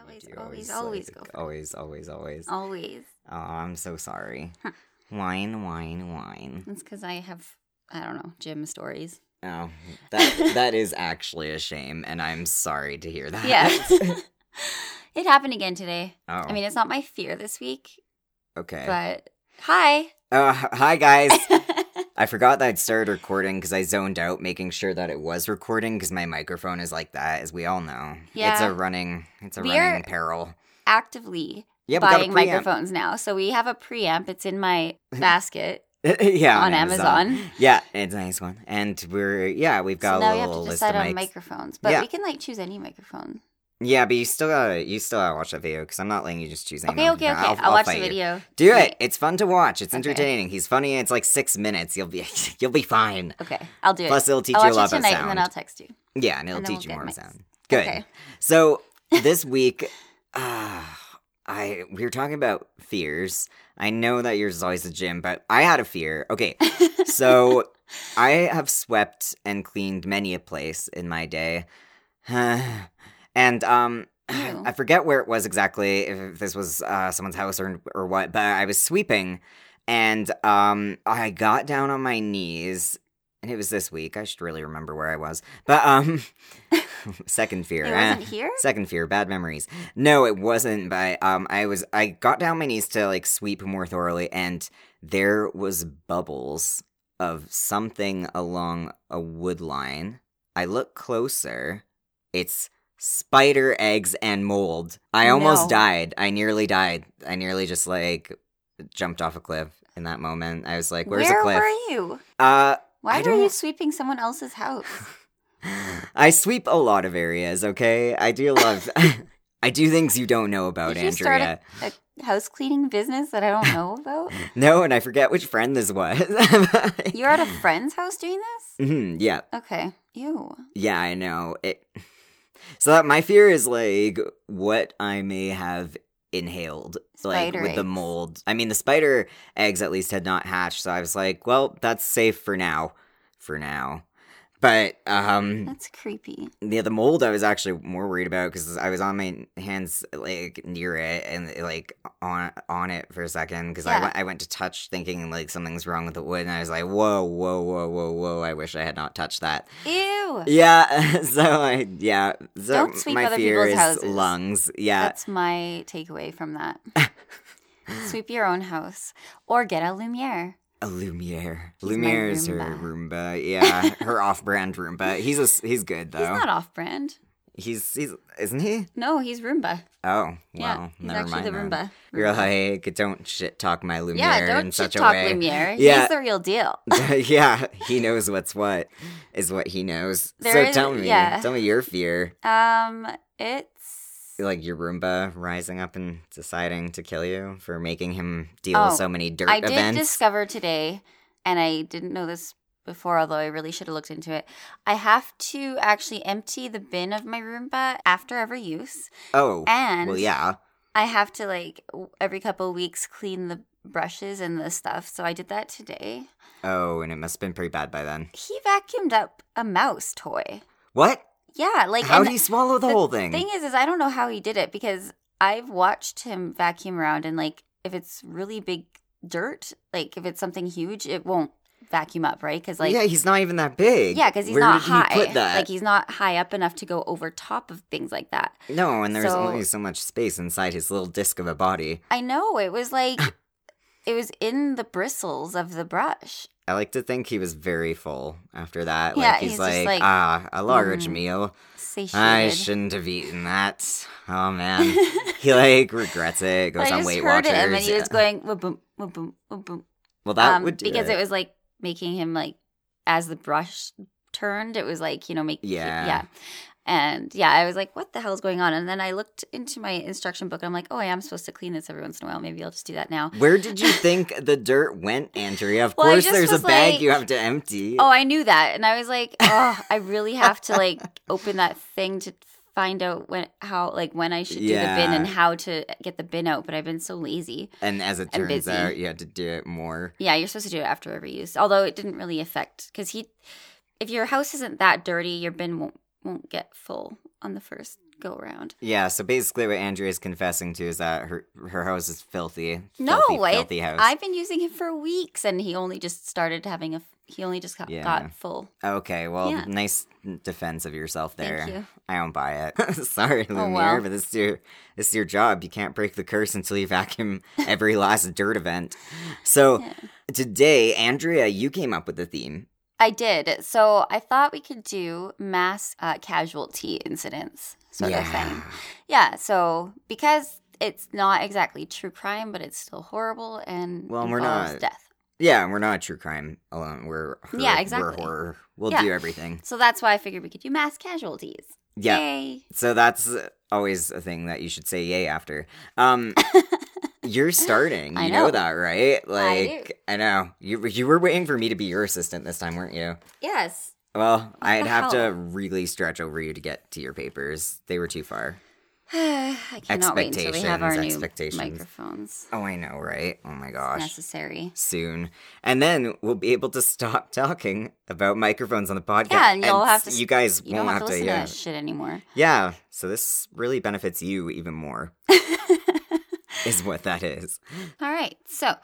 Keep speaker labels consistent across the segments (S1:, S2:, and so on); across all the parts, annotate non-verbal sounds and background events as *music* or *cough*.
S1: always,
S2: do
S1: always, always
S2: like,
S1: go first.
S2: Always, always, always. Oh,
S1: Always.
S2: I'm so sorry.
S1: Huh.
S2: wine, wine, wine.
S1: That's because I have, I don't know, gym
S2: *laughs*
S1: stories.
S2: Oh, that that is actually a shame, and I'm sorry to hear that. *laughs*
S1: Yeah. *laughs* it happened again today.
S2: oh,
S1: I mean, it's not my fear this week,
S2: okay.
S1: but
S2: *laughs*
S1: hi.
S2: Oh, h- hi guys. I forgot that I'd started recording because I zoned out, making sure that it was recording because my microphone is like that, as we all know. it's
S1: Yeah.
S2: a running, it's a
S1: We
S2: running
S1: are-
S2: peril.
S1: Actively
S2: Yeah, we got a
S1: buying
S2: preamp.
S1: microphones now. So we have a preamp. It's in my basket.
S2: *laughs* yeah,
S1: on Amazon.
S2: Yeah, it's a nice one, and we're yeah, we've
S1: so
S2: got a
S1: now we have
S2: little
S1: to
S2: list
S1: decide
S2: of
S1: on
S2: mics.
S1: microphones. But
S2: Yeah.
S1: we can like choose any microphone.
S2: Yeah, but you still gotta you still gotta watch that video because I'm not letting you just choose anything.
S1: Okay, okay, okay. I'll, watch the video.
S2: Do
S1: Okay.
S2: it. It's fun to watch. It's
S1: Okay.
S2: entertaining. He's funny. It's like six minutes. You'll be *laughs* you'll be fine.
S1: Okay, I'll do it.
S2: Plus, it'll teach
S1: I'll
S2: you
S1: watch it
S2: a lot about
S1: tonight
S2: sound.
S1: and then I'll text you.
S2: Yeah, and it'll
S1: and then
S2: teach
S1: we'll
S2: you more
S1: get
S2: about
S1: mics.
S2: sound. Good.
S1: Okay.
S2: So this week, uh, I we were talking about fears. I know that yours is always the gym, but I had a fear. Okay, so I have swept and cleaned many a place in my day, *sighs* and um.
S1: Ew.
S2: I forget where it was exactly, if this was uh, someone's house or, or what, but I was sweeping and um, I got down on my knees, and it was this week. I should really remember where I was. But um, *laughs* second fear.
S1: It
S2: eh.
S1: wasn't here?
S2: Second fear, bad memories. No, it wasn't. But um, I was I got down on my knees to like sweep more thoroughly, and there was bubbles of something along a wood line. I look closer. It's spider eggs and mold. I almost
S1: No.
S2: died. I nearly died. I nearly just like jumped off a cliff in that moment. I was like, "Where's
S1: Where
S2: the cliff?"
S1: were you?
S2: Uh, I
S1: Why were you
S2: don't-
S1: sweeping someone else's house?
S2: I sweep a lot of areas. Okay, I do love. *laughs* I do things you don't know about,
S1: Did you start
S2: Andrea.
S1: a, a house cleaning business that I don't
S2: *laughs*
S1: know about?
S2: No, and I forget which friend this was. *laughs*
S1: You're at a friend's house doing this?
S2: Mhm, yeah,
S1: Okay. Ew.
S2: yeah, I know it. So that my fear is like what I may have inhaled, like
S1: Spider
S2: with the
S1: eggs.
S2: mold. I mean, the spider eggs at least had not hatched, so I was like, well, that's safe for now, for now. But um,
S1: That's creepy.
S2: Yeah, the mold I was actually more worried about because I was on my hands like near it and like on on it for a second because I,
S1: Yeah.
S2: went, I went to touch thinking like something's wrong with the wood and I was like whoa whoa whoa whoa whoa I wish I had not touched that
S1: Ew.
S2: yeah *laughs* so I yeah so
S1: Don't sweep
S2: my
S1: other
S2: fear
S1: people's
S2: is
S1: houses.
S2: lungs yeah
S1: That's my takeaway from
S2: *laughs*
S1: that. Sweep your own house or get a Lumiere.
S2: a Lumiere
S1: my
S2: Lumiere is her
S1: Roomba. *laughs*
S2: Roomba yeah her off brand Roomba he's a s he's good though
S1: He's not off brand.
S2: he's he's isn't he
S1: No, he's Roomba.
S2: oh
S1: Yeah.
S2: well
S1: he's
S2: never
S1: actually
S2: mind
S1: the
S2: then.
S1: Roomba.
S2: You're
S1: Roomba.
S2: like, don't shit talk my
S1: Mm-hmm.
S2: Lumiere
S1: yeah,
S2: in
S1: don't shit
S2: such
S1: talk
S2: a way. *laughs*
S1: Lumiere.
S2: Yeah.
S1: He's the real deal.
S2: yeah, he knows what's what, is what he knows. so
S1: There is-
S2: tell me,
S1: yeah.
S2: tell me your fear,
S1: Um, it's
S2: like your Roomba rising up and deciding to kill you for making him deal with
S1: Oh,
S2: so many dirt
S1: I did
S2: events.
S1: discover today, and I didn't know this before, although I really should have looked into it. I have to actually empty the bin of my Roomba after every use,
S2: oh,
S1: and
S2: well, yeah.
S1: I have to like w- every couple of weeks clean the brushes and the stuff. So I did that today.
S2: Oh, and it must have been pretty bad by then.
S1: He vacuumed up a mouse toy.
S2: What?
S1: Yeah, like
S2: How
S1: and
S2: did he swallow the, whole thing?
S1: Thing is, is I don't know how he did it because I've watched him vacuum around, and like if it's really big dirt, like if it's something huge, it won't vacuum up, right? Because like
S2: yeah, he's not even that big.
S1: yeah, because he's
S2: Where
S1: not
S2: did
S1: high.
S2: He put that?
S1: Like he's not high up enough to go over top of things like that.
S2: no, and there's
S1: So-
S2: only so much space inside his little disc of a body.
S1: I know it was
S2: *coughs*
S1: like it was in the bristles of the brush.
S2: I like to think he was very full after that.
S1: Yeah,
S2: like he's,
S1: he's just
S2: like,
S1: like,
S2: ah, a large
S1: "Mm,
S2: meal.
S1: Satiated. *laughs*
S2: I shouldn't have eaten that. Oh man, he like regrets it. Goes
S1: I
S2: on
S1: just
S2: Weight
S1: heard
S2: Watchers.
S1: it, and then he was
S2: Yeah.
S1: going boom, boom, boom,
S2: well, that
S1: um,
S2: would do
S1: because it.
S2: it.
S1: was like making him like as the brush turned, it was like you know make
S2: Yeah.
S1: yeah. And yeah, I was like, what the hell's going on? And then I looked into my instruction book and I'm like, oh, I am supposed to clean this every once in a while. Maybe I'll just do that now.
S2: Where
S1: *laughs*
S2: did you think the dirt went, Andrea? Of
S1: Well, I
S2: course,
S1: just
S2: there's a
S1: was
S2: bag
S1: like-
S2: you have to empty.
S1: *laughs* Oh, I knew that, and I was like, oh, I really have to like open that thing to find out when how like when I should do the
S2: Yeah.
S1: bin and how to get the bin out. But I've been so lazy.
S2: and as it
S1: I'm
S2: turns
S1: busy.
S2: out, you had to do it more.
S1: Yeah, you're supposed to do it after every use. Although it didn't really affect because he, if your house isn't that dirty, your bin won't won't get full on the first go round.
S2: Yeah, so basically what Andrea's confessing to is that her her house is filthy.
S1: No,
S2: filthy,
S1: it-
S2: filthy house.
S1: I've been using him for weeks, and he only just started having a. f- He only just got,
S2: Yeah.
S1: got full.
S2: Okay, well,
S1: Yeah.
S2: nice defense of yourself there.
S1: Thank you.
S2: I don't buy it. *laughs* Sorry, Lumiere,
S1: Oh, well.
S2: but this is your this is your job. You can't break the curse until
S1: *laughs*
S2: you vacuum every last dirt event. So
S1: Yeah.
S2: today, Andrea, you came up with the theme.
S1: I did. So I thought we could do mass uh, casualty incidents, sort of thing. Yeah. So because it's not exactly true crime, but it's still horrible and
S2: Well, we're
S1: involves
S2: not-
S1: death.
S2: Yeah, we're not true crime alone. We're horror,
S1: Yeah,
S2: We're
S1: exactly.
S2: horror. We'll
S1: Yeah.
S2: do
S1: *laughs*
S2: everything.
S1: So that's why I figured we could do mass casualties.
S2: Yeah.
S1: Yay.
S2: So that's always a thing that you should say yay after.
S1: *laughs*
S2: Um, you're starting. You
S1: I
S2: know.
S1: know.
S2: that, right?
S1: I do.
S2: Like I, know. You you were waiting for me to be your assistant this time, weren't you?
S1: Yes.
S2: Well, I'd
S1: the
S2: have to
S1: hell?
S2: really stretch over you to get to your papers. They were too far.
S1: *sighs* I cannot wait until we have our
S2: Expectations,
S1: new
S2: expectations.
S1: microphones.
S2: Oh, I know, right? Oh my
S1: It's
S2: gosh.
S1: necessary.
S2: Soon. And then we'll be able to stop *laughs* talking about microphones on the podcast.
S1: Yeah, and you'll have to-
S2: You guys
S1: You
S2: won't
S1: don't have to listen to
S2: yeah.
S1: that shit anymore.
S2: Yeah. So this really benefits you
S1: *laughs*
S2: even more, is what that is.
S1: All right. So,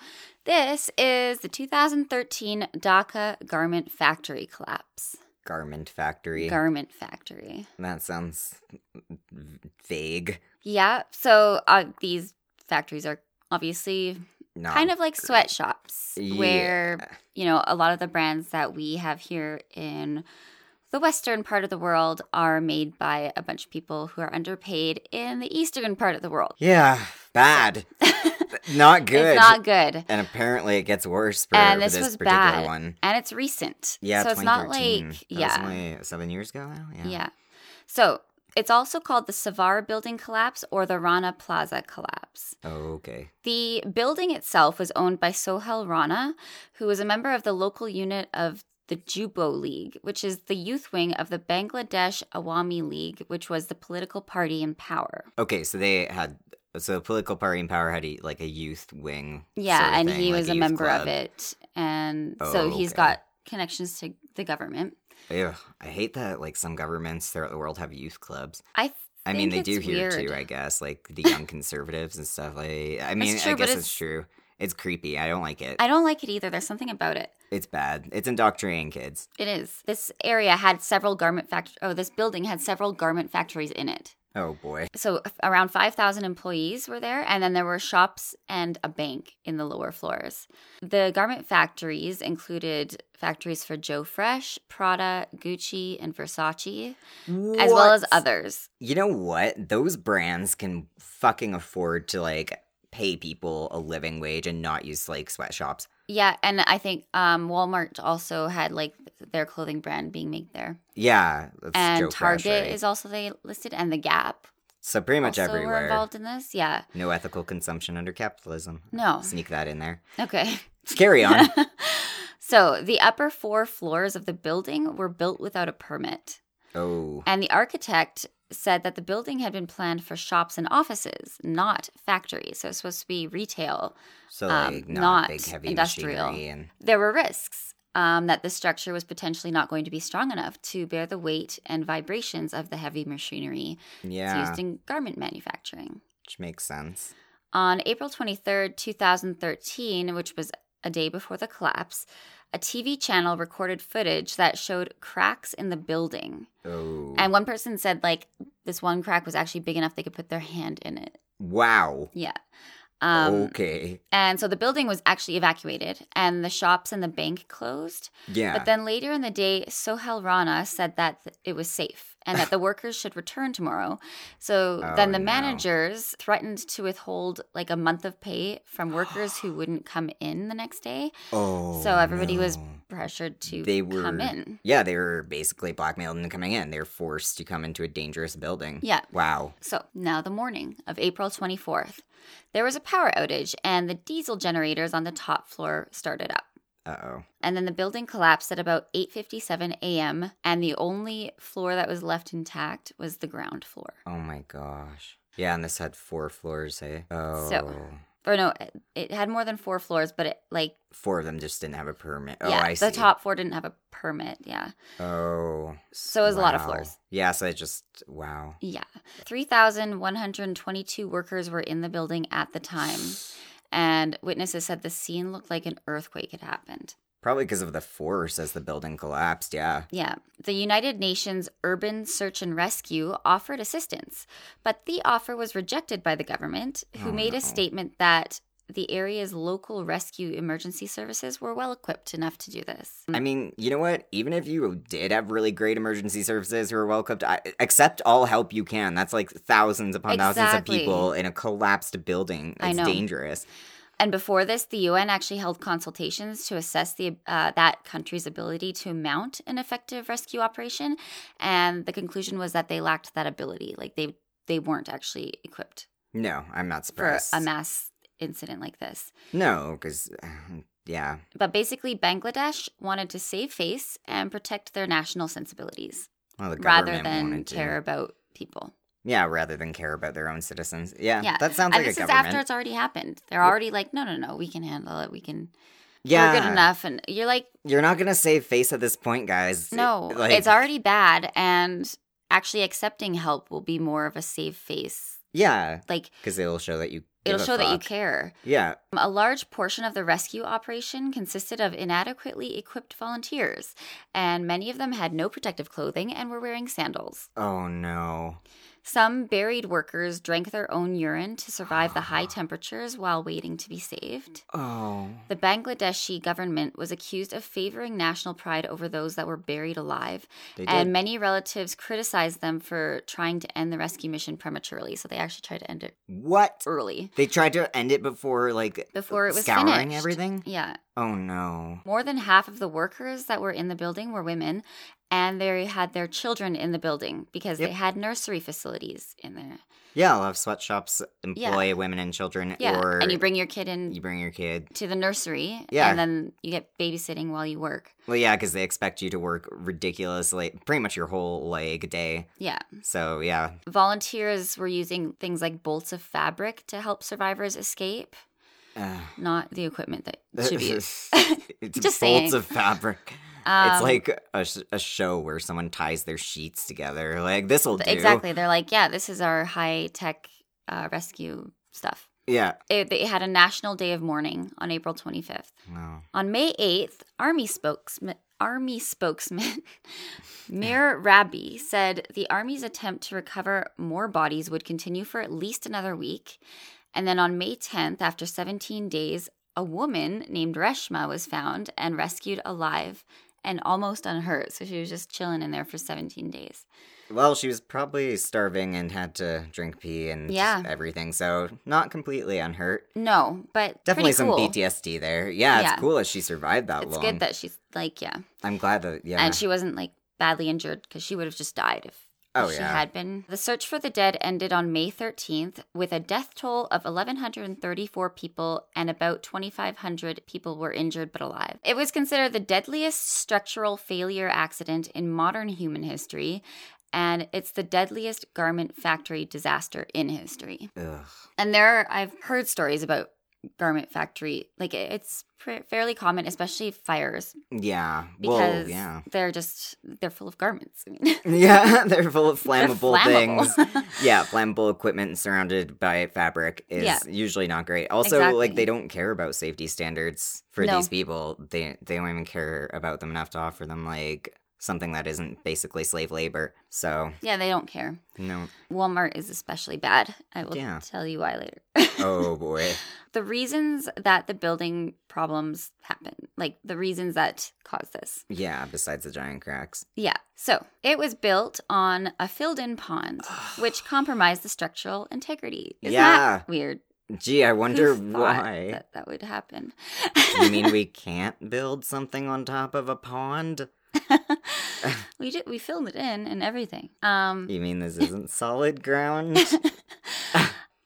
S1: this is the 2013 DACA garment factory collapse.
S2: Garment factory.
S1: Garment factory.
S2: that sounds v- vague.
S1: Yeah. So, uh, these factories are obviously
S2: Not
S1: kind of like sweatshops
S2: Yeah.
S1: where, you know, a lot of the brands that we have here in the western part of the world are made by a bunch of people who are underpaid in the eastern part of the world.
S2: Yeah.
S1: *laughs*
S2: Bad. not good.
S1: It's not good.
S2: And apparently it gets worse for
S1: And this
S2: this,
S1: was
S2: particular
S1: bad.
S2: one.
S1: And it's recent.
S2: Yeah,
S1: So it's not like,
S2: 2013. That was
S1: yeah.
S2: only seven years ago now. Yeah.
S1: Yeah. So it's also called the Savar building collapse or the Rana Plaza collapse.
S2: Oh, okay.
S1: The building itself was owned by Sohel Rana, who was a member of the local unit of the Jubo League, which is the youth wing of the Bangladesh Awami League, which was the political party in power.
S2: Okay, so they had so the political party in power had a, like a youth wing.
S1: Yeah,
S2: sort of
S1: and
S2: thing,
S1: he
S2: like
S1: was a
S2: youth
S1: member of
S2: club.
S1: it. And
S2: Oh,
S1: so he's
S2: okay.
S1: got connections to the government.
S2: Ugh, I hate that like some governments throughout the world have youth clubs.
S1: I think
S2: I mean, they
S1: it's
S2: do here
S1: weird.
S2: too, I guess. Like
S1: *laughs*
S2: the young conservatives and stuff. Like, I mean,
S1: true,
S2: I
S1: but
S2: guess it's,
S1: it's-
S2: true. It's creepy. I don't like it.
S1: I don't like it either. There's something about it.
S2: It's bad. It's indoctrinating kids.
S1: It is. This area had several garment fact. Oh, this building had several garment factories in it.
S2: Oh boy.
S1: So f- around 5,000 employees were there, and then there were shops and a bank in the lower floors. The garment factories included factories for Joe Fresh, Prada, Gucci, and Versace, as well as
S2: What?
S1: others.
S2: You know what? Those brands can fucking afford to like pay people a living wage and not use like sweatshops.
S1: Yeah, and I think um, Walmart also had like their clothing brand being made there,
S2: Yeah, that's
S1: and
S2: Joe Fresh,
S1: Target
S2: right?
S1: is also they listed, and the Gap
S2: so pretty much
S1: also were
S2: everywhere.
S1: involved in this. Yeah,
S2: No ethical consumption under capitalism.
S1: no,
S2: Sneak that in there.
S1: okay. *laughs*
S2: Carry on.
S1: so the upper four floors of the building were built without a permit.
S2: oh,
S1: And the architect said that the building had been planned for shops and offices, not factories. So it's supposed to be retail.
S2: so
S1: um,
S2: like
S1: not
S2: not, big heavy
S1: industrial.
S2: machinery and
S1: There were risks um, that the structure was potentially not going to be strong enough to bear the weight and vibrations of the heavy machinery that's
S2: yeah,
S1: used in garment manufacturing.
S2: which makes sense.
S1: On April 23rd, 2013, which was a day before the collapse, a TV channel recorded footage that showed cracks in the building.
S2: Oh,
S1: And one person said, like, this one crack was actually big enough they could put their hand in it.
S2: wow.
S1: Yeah. Um,
S2: okay,
S1: And so the building was actually evacuated and the shops and the bank closed.
S2: yeah.
S1: But then later in the day, Sohel Rana said that th- it was safe and that the
S2: *laughs*
S1: workers should return tomorrow. So
S2: Oh,
S1: then the
S2: no.
S1: managers threatened to withhold like a month of pay
S2: *gasps*
S1: from workers who wouldn't come in the next day.
S2: oh,
S1: so everybody was
S2: no.
S1: pressured to
S2: They were-
S1: come in.
S2: Yeah, they were basically blackmailed into coming in. They were forced to come into a dangerous building.
S1: Yeah.
S2: Wow.
S1: So now the morning of April 24th, there was a power outage and the diesel generators on the top floor started up.
S2: Uh oh.
S1: And then the building collapsed at about 8:57 a.m. and the only floor that was left intact was the ground floor.
S2: Oh my gosh. Yeah, and this had four floors, eh? Oh.
S1: So- or no, it had more than four floors, but it like
S2: Four of them just didn't have a permit. Oh,
S1: yeah,
S2: I see.
S1: the top four didn't have a permit. Yeah,
S2: Oh.
S1: So it was a lot of
S2: wow.
S1: floors.
S2: Yeah, so it just, wow.
S1: yeah, three thousand one hundred twenty-two workers were in the building at the time, and witnesses said the scene looked like an earthquake had happened.
S2: Probably because of the force as the building collapsed. Yeah.
S1: Yeah. The United Nations Urban Search and Rescue offered assistance, but the offer was rejected by the government, who
S2: Oh,
S1: made
S2: no.
S1: a statement that the area's local rescue emergency services were well equipped enough to do this.
S2: I mean, you know what? Even if you did have really great emergency services who are well equipped, I- accept all help you can. That's like thousands upon thousands of
S1: Exactly.
S2: people in a collapsed building. It's
S1: I know.
S2: dangerous.
S1: And before this, the UN actually held consultations to assess the uh, that country's ability to mount an effective rescue operation, and the conclusion was that they lacked that ability. Like they they weren't actually equipped
S2: No, I'm not
S1: for
S2: surprised.
S1: a mass incident like this.
S2: no, because, *sighs* yeah.
S1: But basically, Bangladesh wanted to save face and protect their national sensibilities
S2: Well, the government
S1: rather than
S2: wanted to-
S1: care about people.
S2: Yeah, rather than care about their own citizens. Yeah,
S1: Yeah.
S2: that sounds
S1: and
S2: like
S1: this
S2: a
S1: is
S2: government.
S1: after it's already happened. They're
S2: Yeah.
S1: already like, no, no, no, we can handle it. We can,
S2: yeah,
S1: we're good enough. And you're like,
S2: You're not gonna save face at this point, guys.
S1: no,
S2: It- like-
S1: it's already bad. And actually accepting help will be more of a save face.
S2: yeah,
S1: Like,
S2: because it'll show that you. give
S1: it'll
S2: a
S1: show that you
S2: fuck.
S1: care.
S2: Yeah,
S1: A large portion of the rescue operation consisted of inadequately equipped volunteers, and many of them had no protective clothing and were wearing sandals.
S2: Oh no.
S1: Some buried workers drank their own urine to survive the high temperatures while waiting to be saved.
S2: Oh.
S1: The Bangladeshi government was accused of favoring national pride over those that were buried alive,
S2: They did.
S1: and many relatives criticized them for trying to end the rescue mission prematurely. So they actually tried to end it
S2: what?
S1: early
S2: They tried to end it before like
S1: before it was
S2: scouring
S1: finished.
S2: everything?
S1: Yeah.
S2: Oh no.
S1: More than half of the workers that were in the building were women, and they had their children in the building because
S2: Yep.
S1: they had nursery facilities in there.
S2: Yeah, I'll have sweatshops employ women and children
S1: Yeah.
S2: or
S1: and you bring your kid in
S2: you bring your kid.
S1: to the nursery
S2: Yeah.
S1: and then you get babysitting while you work
S2: Well, yeah, because they expect you to work ridiculously, pretty much your whole like day.
S1: yeah
S2: So yeah,
S1: volunteers were using things like bolts of fabric to help survivors escape
S2: Ugh.
S1: not the equipment that should be used
S2: *laughs* it's bolts
S1: Just saying.
S2: of fabric.
S1: Um,
S2: it's like a, sh- a show where someone ties their sheets together. Like this will do.
S1: exactly they're like yeah this is our high tech uh, rescue stuff
S2: Yeah.
S1: it, they had a national day of mourning on april 25th
S2: No.
S1: on may 8th army spokesman Army spokesman *laughs* Mir Rabi said the Army's attempt to recover more bodies would continue for at least another week. And then on May 10th, after 17 days, a woman named Reshma was found and rescued alive and almost unhurt. So she was just chilling in there for 17 days.
S2: Well, she was probably starving and had to drink pee and
S1: Yeah.
S2: everything, so not completely unhurt.
S1: No, but
S2: Definitely
S1: pretty
S2: some
S1: cool.
S2: PTSD there. Yeah,
S1: Yeah.
S2: it's cool that she survived that
S1: It's
S2: long.
S1: good that she's like, yeah.
S2: I'm glad that yeah.
S1: And she wasn't like badly injured because she would have just died if
S2: oh
S1: she
S2: yeah.
S1: had been. The search for the dead ended on May 13th with a death toll of 1,134 people and about 2,500 people were injured but alive. It was considered the deadliest structural failure accident in modern human history, and it's the deadliest garment factory disaster in history.
S2: Ugh.
S1: And there, I've heard stories about garment factory. Like, it- it's pr- fairly common, especially fires,
S2: Yeah.
S1: because
S2: Well, yeah. *laughs*
S1: they're just, they're full of garments. I mean, *laughs*
S2: Yeah, *laughs* they're full of
S1: they're
S2: flammable, things.
S1: flammable.
S2: yeah, flammable equipment surrounded by fabric is
S1: Yeah.
S2: usually not great. Also, like
S1: Exactly.
S2: they don't care about safety standards for
S1: No.
S2: these people. They they don't even care about them enough to offer them like something that isn't basically slave labor. So
S1: *laughs* Yeah, they don't care.
S2: no.
S1: Walmart is especially bad. I will
S2: Yeah.
S1: tell you why later. *laughs*
S2: Oh boy.
S1: the reasons that the building problems happen, like the reasons that cause this.
S2: yeah. Besides the giant cracks.
S1: Yeah. So it was built on a filled in pond, which compromised the structural integrity. Isn't
S2: Yeah.
S1: that weird?
S2: Gee, I wonder
S1: Who thought
S2: why.
S1: That, that would happen. *laughs*
S2: you mean we can't build something on top of a pond?
S1: we did, we filled it in and everything. Um,
S2: You mean this isn't
S1: *laughs*
S2: solid ground?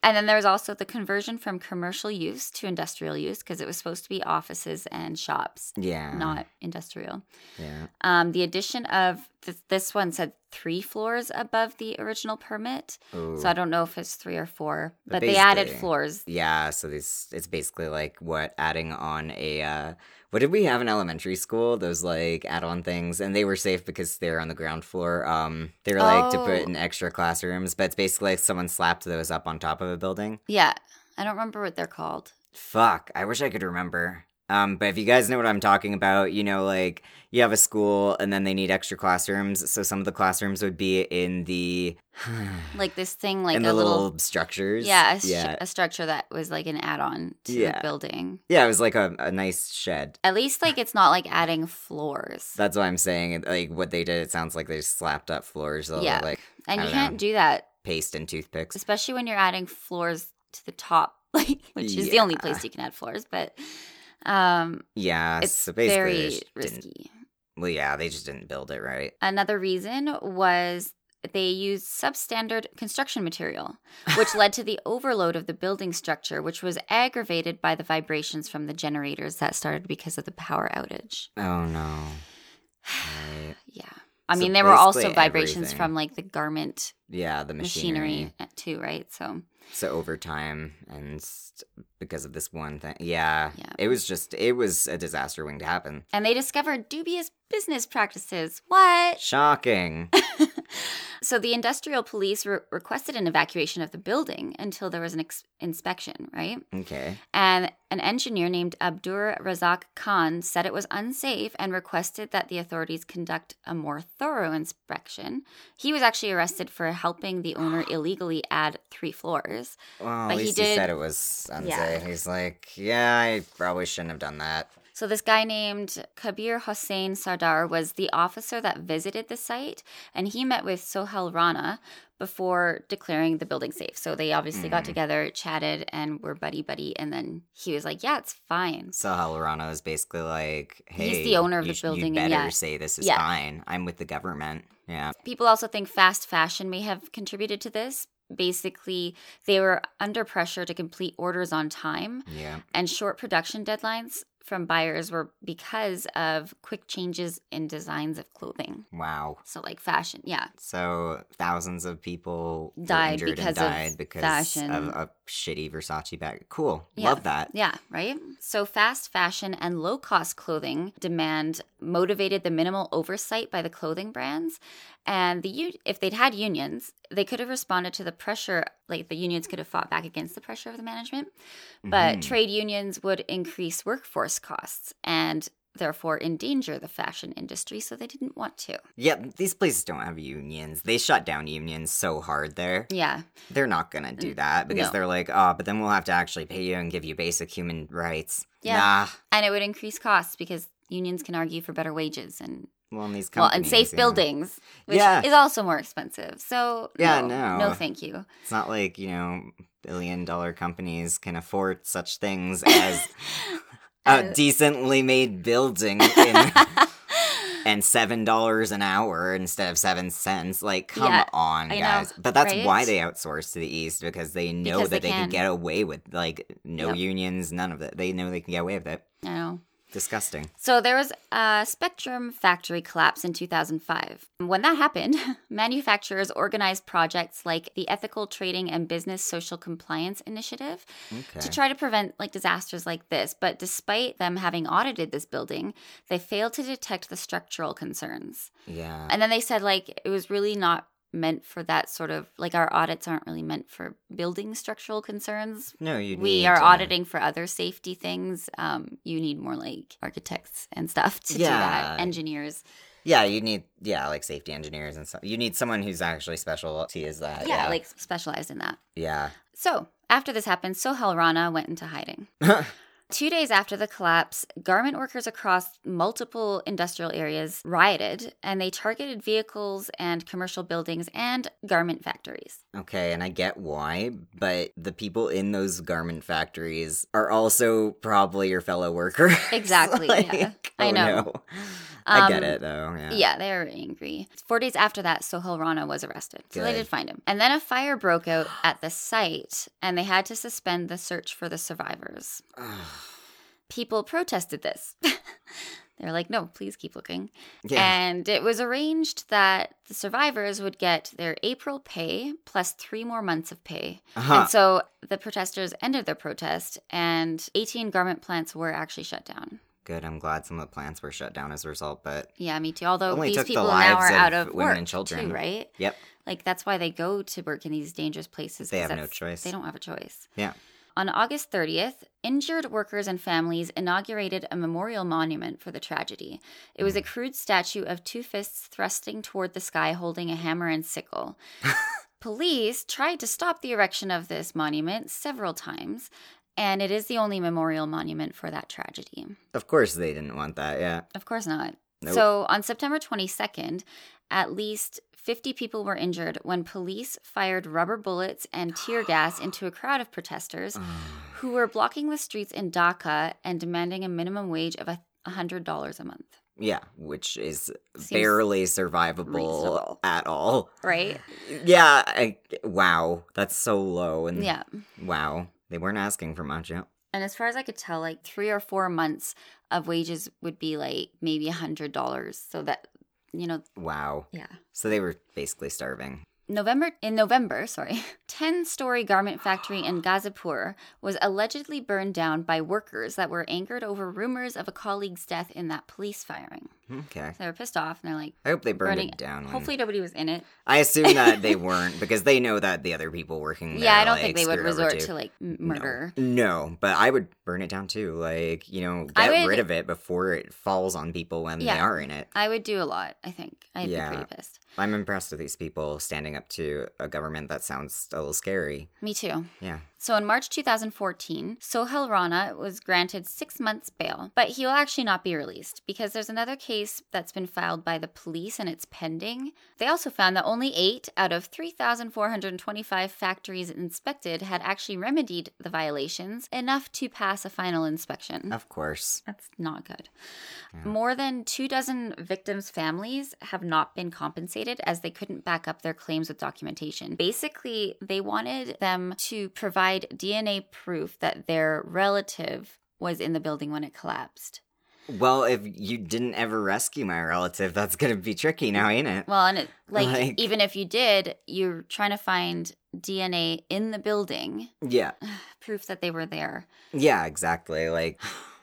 S1: And then there was also the conversion from commercial use to industrial use because it was supposed to be offices and shops,
S2: Yeah.
S1: not industrial.
S2: Yeah.
S1: Um, the addition of th- this one said three floors above the original permit.
S2: Ooh.
S1: So I don't know if it's three or four,
S2: But
S1: but they added
S2: basically-
S1: floors.
S2: yeah, so this it's basically like what adding on a uh what did we have in elementary school? Those like add-on things, and they were safe because they're on the ground floor. Um, they were like to put
S1: Oh.
S2: in extra classrooms, but it's basically like someone slapped those up on top of a building.
S1: Yeah. I don't remember what they're called.
S2: Fuck, I wish I could remember. Um, but if you guys know what I'm talking about, you know, like you have a school and then they need extra classrooms, so some of the classrooms would be in the *sighs*
S1: Like this thing, like
S2: in
S1: a
S2: the little,
S1: little.
S2: structures.
S1: Yeah a, stru-
S2: yeah,
S1: a structure that was like an add on to
S2: Yeah.
S1: the building.
S2: yeah. It was like a, a nice shed.
S1: At least, like, it's not like adding floors.
S2: That's what I'm saying. It- Like what they did, it sounds like they just slapped up floors, little,
S1: Yeah.
S2: like
S1: and
S2: I
S1: you
S2: don't
S1: can't
S2: know.
S1: do that,
S2: paste and toothpicks.
S1: especially when you're adding floors to the top, *laughs* like, which is the only place you can add floors. But um,
S2: Yeah,
S1: it's
S2: so basically, they
S1: very
S2: just didn't,
S1: risky.
S2: well, yeah, they just didn't build it right.
S1: Another reason was they used substandard construction material, which led to
S2: *laughs*
S1: the overload of the building structure, which was aggravated by the vibrations from the generators that started because of the power outage.
S2: Oh no.
S1: *sighs*
S2: Right.
S1: Yeah. I
S2: So
S1: mean, there were also
S2: basically
S1: vibrations
S2: everything.
S1: from like the garment
S2: Yeah, the
S1: machinery,
S2: machinery.
S1: uh, too, right? So,
S2: so over time and st- because of this one thing yeah,
S1: Yeah.
S2: it was just it was a disaster waiting to happen
S1: and they discovered dubious business practices. What?
S2: shocking
S1: so the industrial police re- requested an evacuation of the building until there was an ex- inspection, right? *laughs*
S2: okay
S1: And an engineer named Abdur Razak Khan said it was unsafe and requested that the authorities conduct a more thorough inspection. He was actually arrested for helping the owner illegally add three floors.
S2: well
S1: But
S2: at
S1: he
S2: least he,
S1: did-
S2: said it was unsafe
S1: Yeah.
S2: he's like yeah i probably shouldn't have done that
S1: So, this guy named Kabir Hossein Sardar was the officer that visited the site, and he met with Sohel Rana before declaring the building safe. So, they obviously got
S2: Mm.
S1: together, chatted, and were buddy buddy. And then he was like, Yeah, it's fine.
S2: so Halorano is basically like hey
S1: He's the owner of
S2: you
S1: the
S2: sh-
S1: building,
S2: you
S1: and
S2: better
S1: yeah.
S2: say this is
S1: Yeah.
S2: fine i'm with the government yeah
S1: People also think fast fashion may have contributed to this. Basically, they were under pressure to complete orders on time,
S2: yeah
S1: and short production deadlines from buyers were because of quick changes in designs of clothing.
S2: wow
S1: So, like fashion, yeah.
S2: so thousands of people were
S1: Died
S2: injured
S1: because
S2: and
S1: of
S2: died because
S1: fashion.
S2: of a shitty versace bag cool
S1: Yeah.
S2: love that
S1: Yeah, right? So, fast fashion and low cost clothing demand motivated the minimal oversight by the clothing brands. And the u- if they'd had unions, they could have responded to the pressure, like the unions could have fought back against the pressure of the management. But
S2: Mhm.
S1: trade unions would increase workforce costs and therefore endanger the fashion industry, so they didn't want to.
S2: Yeah, these places don't have unions. They shut down unions so hard there.
S1: Yeah.
S2: They're not going to do that because
S1: Mm, no.
S2: they're like, oh, but then we'll have to actually pay you and give you basic human rights.
S1: Yeah. And it would increase costs because unions can argue for better wages and
S2: Nah. Well, in these
S1: well
S2: companies.
S1: and safe
S2: you know,
S1: buildings which
S2: Yeah.
S1: is also more expensive so
S2: Yeah,
S1: no,
S2: no.
S1: no thank you *laughs*
S2: It's not like, you know, billion dollar companies can afford such things
S1: *laughs*
S2: as a
S1: Uh,
S2: decently made
S1: *laughs*
S2: building in, and $7 an hour instead of 7 cents. Like, come
S1: Yeah,
S2: on,
S1: I know,
S2: guys. But that's
S1: right?
S2: why they outsource to the East because they know
S1: Because
S2: that
S1: they
S2: they can
S1: can.
S2: get away with, like, no
S1: Yep.
S2: unions, none of that. They know they can get away with it.
S1: I know.
S2: Disgusting.
S1: so there was a spectrum factory collapse in 2005 when that happened *laughs* manufacturers organized projects like the ethical trading and business social compliance initiative
S2: Okay.
S1: to try to prevent like disasters like this but despite them having audited this building they failed to detect the structural concerns
S2: yeah.
S1: And then they said like it was really not meant for that sort of like our audits aren't really meant for building structural concerns.
S2: no, you.
S1: we
S2: need
S1: are
S2: to-
S1: auditing for other safety things. Um, you need more like architects and stuff *laughs* to do that.
S2: Yeah.
S1: Engineers.
S2: Yeah, you need. Yeah, like safety engineers and stuff. You need someone who's actually specialty is that.
S1: yeah,
S2: Uh, Yeah.
S1: like specialized in that.
S2: Yeah.
S1: So after this happened, Sohel Rana went into
S2: *laughs*
S1: hiding. Two days after the collapse, garment workers across multiple industrial areas rioted and they targeted vehicles and commercial buildings and garment factories.
S2: Okay, and I get why, but the people in those garment factories are also probably your fellow workers. *laughs*
S1: Exactly, yeah. I
S2: oh
S1: know.
S2: no. I get
S1: Um,
S2: it though. Yeah.
S1: Yeah, they were angry. Four days after that, Sohel Rana was arrested. So they
S2: Good.
S1: did find him. And then a fire broke
S2: *gasps*
S1: out at the site, and they had to suspend the search for the survivors. People protested this. *laughs* They're like, no, please keep looking.
S2: *sighs* Yeah.
S1: And it was arranged that the survivors would get their April pay plus three more months of pay.
S2: uh-huh.
S1: And so the protesters ended their protest, and 18 garment plants were actually shut down.
S2: Good. I'm glad some of the plants were shut down as a result, but
S1: Yeah, me too. Although
S2: Only
S1: these
S2: took the
S1: people now are
S2: lives of
S1: out of
S2: women
S1: work
S2: and children.
S1: too, right?
S2: Yep.
S1: Like that's why they go to work in these dangerous places.
S2: They
S1: 'cause
S2: have no
S1: that's-
S2: choice.
S1: They don't have a choice.
S2: Yeah.
S1: On August 30th, injured workers and families inaugurated a memorial monument for the tragedy. It was a
S2: Hmm.
S1: crude statue of two fists thrusting toward the sky holding a hammer and
S2: *laughs*
S1: sickle. Police tried to stop the erection of this monument several times, and it is the only memorial monument for that tragedy.
S2: of course they didn't want that. Yeah.
S1: Of course not.
S2: Nope.
S1: So on September 22nd, at least 50 people were injured when police fired rubber bullets and tear
S2: *gasps*
S1: gas into a crowd of protesters
S2: Uh.
S1: who were blocking the streets in Dhaka and demanding a minimum wage of a $100 a month.
S2: *sighs* Yeah, which is
S1: Seems
S2: barely survivable
S1: reasonable.
S2: at all.
S1: Right?
S2: Yeah, I, wow, that's so low. And
S1: Yeah.
S2: wow, they weren't asking for much. Yeah.
S1: And as far as I could tell, like three or four months of wages would be like maybe a $100. So that, you know,
S2: Wow.
S1: yeah.
S2: So they were basically starving.
S1: November in November, sorry, *laughs* 10-story garment factory in Ghazapur was allegedly burned down by workers that were angered over rumors of a colleague's death in that police firing.
S2: Okay.
S1: So they were pissed off and they're like
S2: I hope they burned
S1: burning
S2: it down. when-
S1: Hopefully nobody was in it.
S2: I assume
S1: *laughs*
S2: that they weren't because they know that the other people working there.
S1: yeah, I don't
S2: like,
S1: think they would
S2: screwed over
S1: resort
S2: too.
S1: to like m-
S2: No.
S1: murder.
S2: No. but I would burn it down too. Like, you know,
S1: I
S2: get
S1: would-
S2: rid of it before it falls on people when they
S1: Yeah.
S2: are in it.
S1: I would do a lot, I think. I'd
S2: Yeah.
S1: be pretty pissed.
S2: I'm impressed with these people standing up to a government that sounds a little scary.
S1: Me too.
S2: Yeah.
S1: So in March 2014, Sohel Rana was granted six months bail, but he will actually not be released because there's another case that's been filed by the police and it's pending. They also found that only eight out of 3,425 factories inspected had actually remedied the violations, enough to pass a final inspection.
S2: Of course.
S1: That's not good. More than two dozen victims' families have not been compensated as they couldn't back up their claims with documentation. Basically, they wanted them to provide DNA proof that their relative was in the building when it collapsed.
S2: Well, if you didn't ever rescue my relative, that's gonna be tricky now, ain't it?
S1: Well, and it, like,
S2: Like-
S1: even if you did, you're trying to find DNA in the building,
S2: Yeah.
S1: proof that they were there.
S2: Yeah, exactly.
S1: *sighs*
S2: Like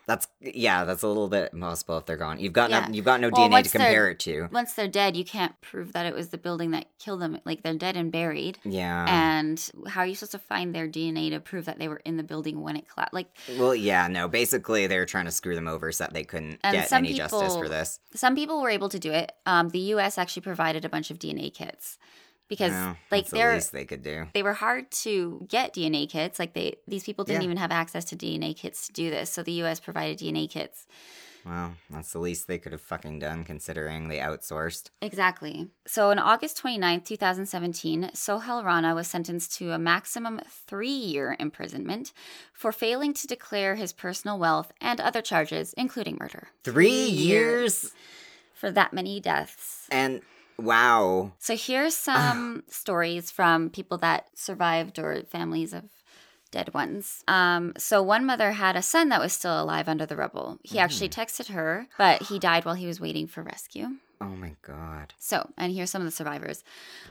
S2: that's yeah, that's a little bit impossible if they're gone. You've got
S1: Yeah.
S2: no, you've got no
S1: Well,
S2: DNA to
S1: once they're-
S2: compare it to.
S1: Once they're dead, you can't prove that it was the building that killed them. Like they're dead and buried.
S2: Yeah.
S1: and how are you supposed to find their DNA to prove that they were in the building when it collapsed? Like
S2: well, yeah, no. Basically, they're trying to screw them over so that they couldn't
S1: And
S2: get
S1: some
S2: any justice for
S1: people-
S2: this.
S1: some people were able to do it. Um, the U.S. actually provided a bunch of DNA kits because
S2: No,
S1: like
S2: that's the
S1: they're
S2: least they could do.
S1: they were hard to get DNA kits. Like they these people didn't
S2: Yeah.
S1: even have access to DNA kits to do this, so the U.S. provided DNA kits.
S2: Well, that's the least they could have fucking done, considering they outsourced.
S1: Exactly. So on August 29, 2017, Sohel Rana was sentenced to a maximum three year imprisonment for failing to declare his personal wealth and other charges, including murder.
S2: Three
S1: years.
S2: years,
S1: for that many deaths.
S2: and wow,
S1: So here's some stories from people that survived or families of dead ones. Um, so one mother had a son that was still alive under the rubble. He actually texted her, but he died while he was waiting for rescue.
S2: oh my god,
S1: So, and here's some of the survivors.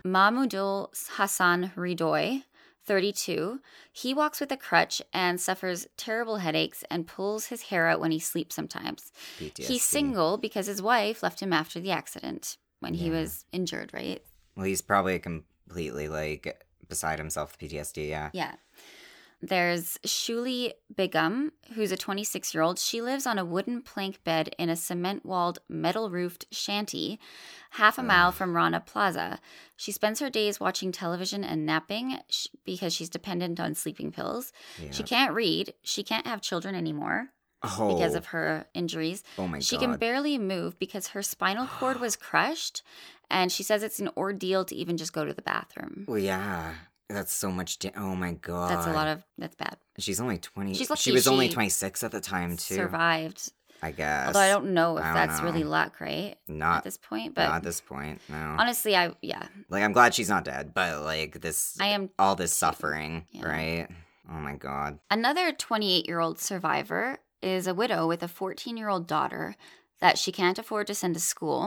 S1: Mahmoudul Hassan Ridoy, 32. He walks with a crutch and suffers terrible headaches and pulls his hair out when he sleeps sometimes.
S2: PTSD.
S1: He's single because his wife left him after the accident when he
S2: Yeah.
S1: was injured, right?
S2: Well, he's probably completely like beside himself with PTSD. Yeah.
S1: Yeah. There's Shuli Bigum, who's a 26 year old. She lives on a wooden plank bed in a cement walled, metal roofed shanty half a mile from Rana Plaza. She spends her days watching television and napping sh- because she's dependent on sleeping pills.
S2: yeah.
S1: She can't read. She can't have children anymore
S2: oh,
S1: because of her injuries.
S2: oh my
S1: She
S2: god,
S1: can barely move because her spinal cord
S2: *gasps*
S1: was crushed, and she says it's an ordeal to even just go to the bathroom.
S2: Well, yeah, that's so much. Da- oh my god,
S1: That's a lot of that's bad.
S2: She's only twenty.
S1: She's lucky
S2: she was only
S1: she
S2: twenty six at the time too.
S1: Survived,
S2: I guess.
S1: although I don't know if
S2: I don't
S1: that's
S2: know.
S1: really luck, right? at
S2: Not
S1: this point,
S2: not at
S1: but
S2: this point. No.
S1: honestly, I yeah,
S2: like I'm glad she's not dead, but like this,
S1: I am
S2: all this suffering,
S1: Yeah.
S2: right? Oh my god.
S1: another 28 year old survivor is a widow with a 14 year old daughter. that she can't afford to send to school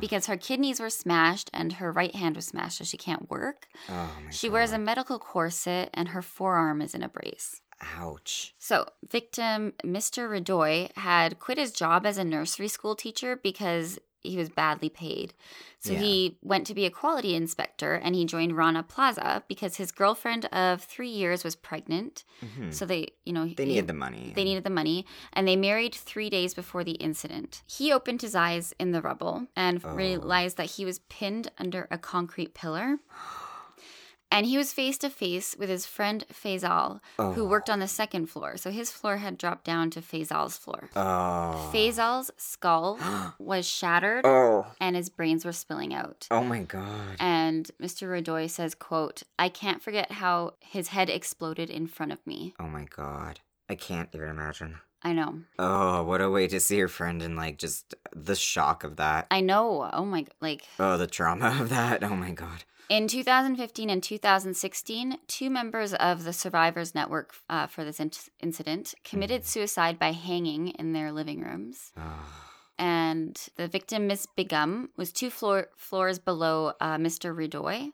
S1: because her kidneys were smashed and her right hand was smashed, so she can't work.
S2: Oh my
S1: She wears a
S2: God.
S1: medical corset and her forearm is in a brace.
S2: Ouch.
S1: So, victim Mr. Radoy had quit his job as a nursery school teacher because he was badly paid. So,
S2: Yeah.
S1: he went to be a quality inspector and he joined Rana Plaza because his girlfriend of three years was pregnant.
S2: Mhm.
S1: So, they, you know,
S2: They
S1: he-
S2: needed the money.
S1: They needed the money, and they married three days before the incident. He opened his eyes in the rubble and
S2: Oh.
S1: realized that he was pinned under a concrete
S2: *gasps*
S1: pillar. And he was face to face with his friend Faisal, who
S2: Oh.
S1: worked on the second floor. So his floor had dropped down to Faisal's floor.
S2: Oh.
S1: *gasps* Faisal's skull was shattered,
S2: Oh.
S1: and his brains were spilling out.
S2: *gasps* Oh my god.
S1: And Mr. Rodoy says, quote, I can't forget how his head exploded in front of me.
S2: Oh my god. I can't even imagine.
S1: I know.
S2: Oh, what a way to see your friend and like just the shock of that.
S1: I know. Oh my, like,
S2: Oh, the trauma of that. Oh my god.
S1: In 2015 and 2016, two members of the Survivors Network uh, for this in- incident
S2: Hmm.
S1: committed suicide by hanging in their living rooms.
S2: Oh.
S1: And the victim, Miss Bigum, was two floor- floors below uh, Mr. Rudoy,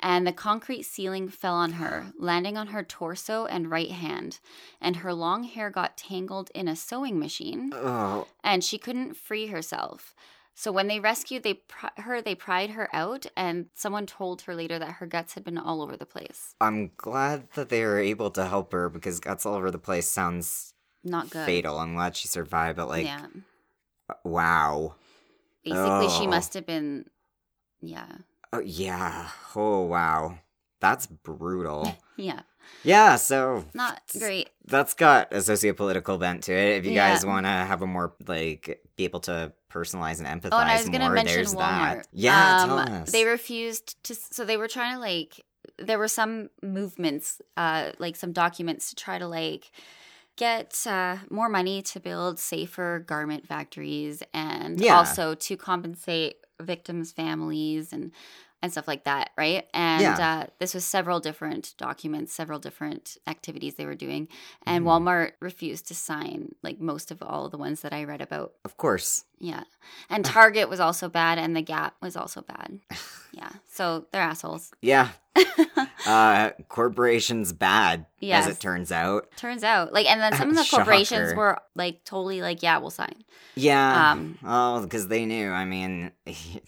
S1: and the concrete ceiling fell on her, landing on her torso and right hand. And her long hair got tangled in a sewing machine
S2: Oh.
S1: and she couldn't free herself. So when they rescued they pri- her, they pried her out, and someone told her later that her guts had been all over the place.
S2: I'm glad that they were able to help her because guts all over the place sounds
S1: Not good.
S2: fatal. I'm glad she survived, but like,
S1: yeah.
S2: wow.
S1: Basically, she
S2: Oh.
S1: must have been. Yeah.
S2: Oh, yeah. Oh, wow.
S1: *laughs*
S2: That's brutal.
S1: Yeah.
S2: yeah, so
S1: Not great.
S2: that's got a sociopolitical bent to it. If you
S1: Yeah.
S2: guys want to have a more, like, be able to personalize and empathize
S1: Oh, and I was going to
S2: more,
S1: mention
S2: there's
S1: Walmart.
S2: that. Yeah,
S1: Um,
S2: tell us.
S1: They refused to. So they were trying to like. There were some movements, uh, like some documents to try to like get uh, more money to build safer garment factories and
S2: Yeah.
S1: also to compensate victims' families and and stuff like that, right? And
S2: Yeah.
S1: uh, this was several different documents, several different activities they were doing, and
S2: Mhm.
S1: Walmart refused to sign like most of all the ones that I read about.
S2: Of course.
S1: Yeah. And Target was also bad and the Gap was also bad. Yeah. So they're assholes. *laughs*
S2: Yeah. uh, corporations bad,
S1: Yes.
S2: as it turns out.
S1: Turns out. Like and then some of the corporations
S2: Shocker.
S1: were like totally like, yeah, we'll sign.
S2: Yeah.
S1: Um.
S2: oh, because they knew. I mean, *laughs*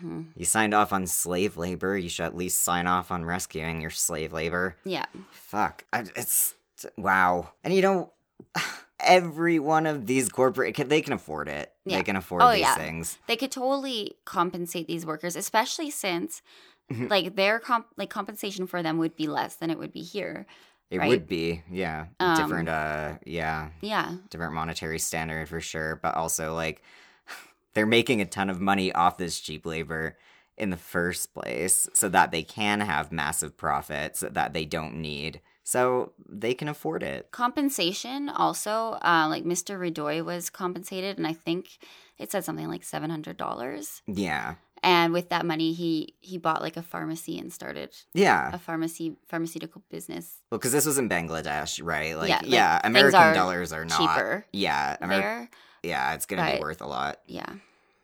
S1: hmm
S2: you signed off on slave labor. You should at least sign off on rescuing your slave labor.
S1: Yeah.
S2: Fuck. I, it's wow. And you know, *sighs* every one of these corporate can, they can afford it.
S1: Yeah.
S2: They can afford
S1: Oh,
S2: these
S1: yeah.
S2: things.
S1: They could totally compensate these workers, especially since
S2: Mhm.
S1: like their comp like compensation for them would be less than it would be here.
S2: It
S1: Right.
S2: would be, yeah,
S1: Um,
S2: different. Uh, yeah,
S1: Yeah.
S2: different monetary standard for sure. But also, like, *sighs* they're making a ton of money off this cheap labor in the first place, so that they can have massive profits that they don't need, so they can afford it.
S1: Compensation also, uh, like Mr. Redoy was compensated, and I think it said something like seven hundred dollars.
S2: Yeah,
S1: And with that money, he he bought like a pharmacy and started
S2: yeah.
S1: a pharmacy pharmaceutical business
S2: Well, because this was in Bangladesh, right? Like,
S1: Yeah,
S2: yeah,
S1: like, things
S2: American
S1: are
S2: dollars are not.
S1: cheaper
S2: Yeah, Amer-
S1: there.
S2: yeah, it's gonna
S1: Right.
S2: be worth a lot.
S1: Yeah.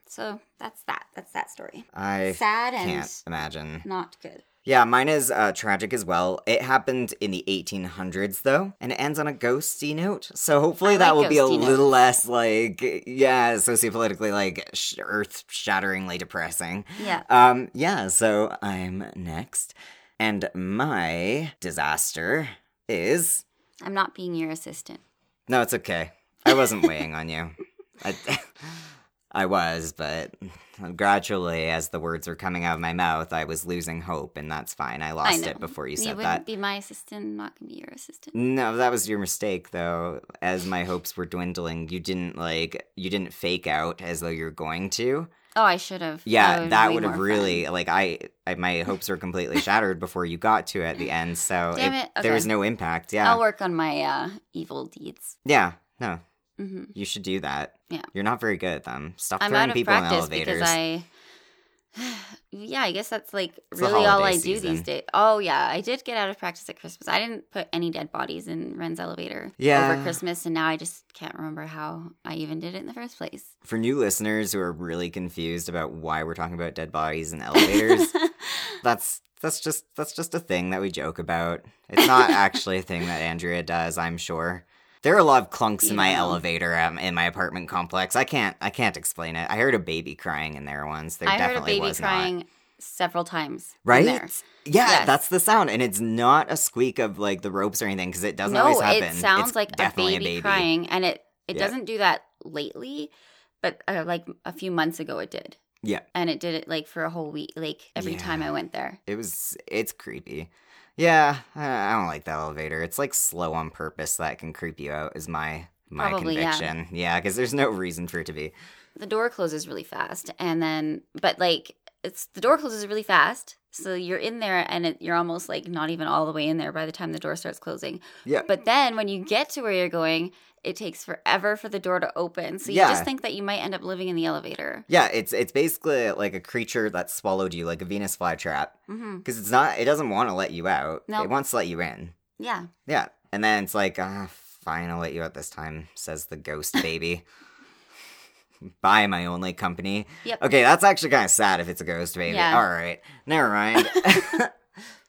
S1: So that's that. That's that story.
S2: I
S1: Sad and
S2: can't imagine.
S1: not good.
S2: Yeah, mine is uh, tragic as well. It happened in the 1800s though, and it ends on a ghosty note. So hopefully
S1: I
S2: that
S1: like
S2: will be a
S1: ghosty notes.
S2: little less like, yeah, sociopolitically like sh- earth-shatteringly depressing.
S1: Yeah.
S2: Um, yeah, so I'm next, and my disaster is
S1: I'm not being your assistant.
S2: No, it's okay. I
S1: *laughs*
S2: wasn't weighing on you. I, *laughs* I was, but gradually, as the words were coming out of my mouth, I was losing hope, and that's fine. I
S1: I
S2: lost
S1: know.
S2: it before you
S1: you
S2: said
S1: wouldn't
S2: that.
S1: be my assistant. I'm not gonna be your assistant.
S2: No, that was your mistake, though. As my hopes were dwindling, you didn't like you didn't fake out as though you're going to.
S1: Oh, I should have.
S2: Yeah,
S1: would've
S2: that
S1: way
S2: would have
S1: more
S2: really like I, I my hopes were completely shattered before you got to at
S1: *laughs*
S2: the end. So
S1: Damn it, okay.
S2: there was no impact.
S1: fun.
S2: Yeah,
S1: I'll work on my uh, evil deeds.
S2: yeah, no,
S1: hmm
S2: You should do that.
S1: Yeah.
S2: You're not very good at them. Stop
S1: I'm
S2: throwing
S1: out of
S2: people in
S1: practice
S2: elevators.
S1: because I *sighs* yeah, I guess that's like
S2: It's the
S1: really all I
S2: holiday
S1: do these
S2: season.
S1: days. Oh yeah, I did get out of practice at Christmas. I didn't put any dead bodies in Ren's elevator
S2: Yeah.
S1: over Christmas, and now I just can't remember how I even did it in the first place. *laughs*
S2: For new listeners who are really confused about why we're talking about dead bodies
S1: *laughs*
S2: and elevators, that's that's just that's just a thing that we joke about.
S1: *laughs*
S2: It's not actually a thing that Andrea does, I'm sure. There are a lot of clunks in my
S1: Yeah.
S2: elevator um, in my apartment complex. I can't I can't explain it. I heard a baby crying in there once. There
S1: I heard a
S2: definitely
S1: baby
S2: was
S1: crying
S2: not.
S1: several times. in
S2: Right?
S1: there.
S2: Yeah,
S1: Yes.
S2: that's the sound, and it's not a squeak of like the ropes or anything because it doesn't
S1: no,
S2: always happen.
S1: it sounds
S2: It's
S1: like a
S2: definitely
S1: baby, crying, and it it
S2: Yeah.
S1: doesn't do that lately, but uh, like a few months ago it did.
S2: Yeah.
S1: and it did it like for a whole week, like every time I
S2: Yeah.
S1: went there.
S2: It was. It's creepy. Yeah, I I don't like that elevator. It's like slow on purpose. That can creep you out. Is my my
S1: Probably, yeah.
S2: conviction. Yeah, because there's no reason for it to be.
S1: the door closes really fast and then but like it's the door closes really fast so you're in there and it, you're almost like not even all the way in there by the time the door starts closing
S2: Yeah.
S1: but then when you get to where you're going it takes forever for the door to open so you
S2: Yeah.
S1: just think that you might end up living in the elevator
S2: Yeah, it's it's basically like a creature that swallowed you, like a Venus flytrap.
S1: hmm
S2: Because it's not. It doesn't want to let you out.
S1: No.
S2: It wants to let you in.
S1: yeah
S2: Yeah, and then it's like, ah, fine, I'll let you out this time. Says the
S1: *laughs*
S2: ghost baby. Bye, my only company.
S1: Yep.
S2: Okay, that's actually kind of sad if it's a ghost baby.
S1: Yeah.
S2: All right, never mind. *laughs*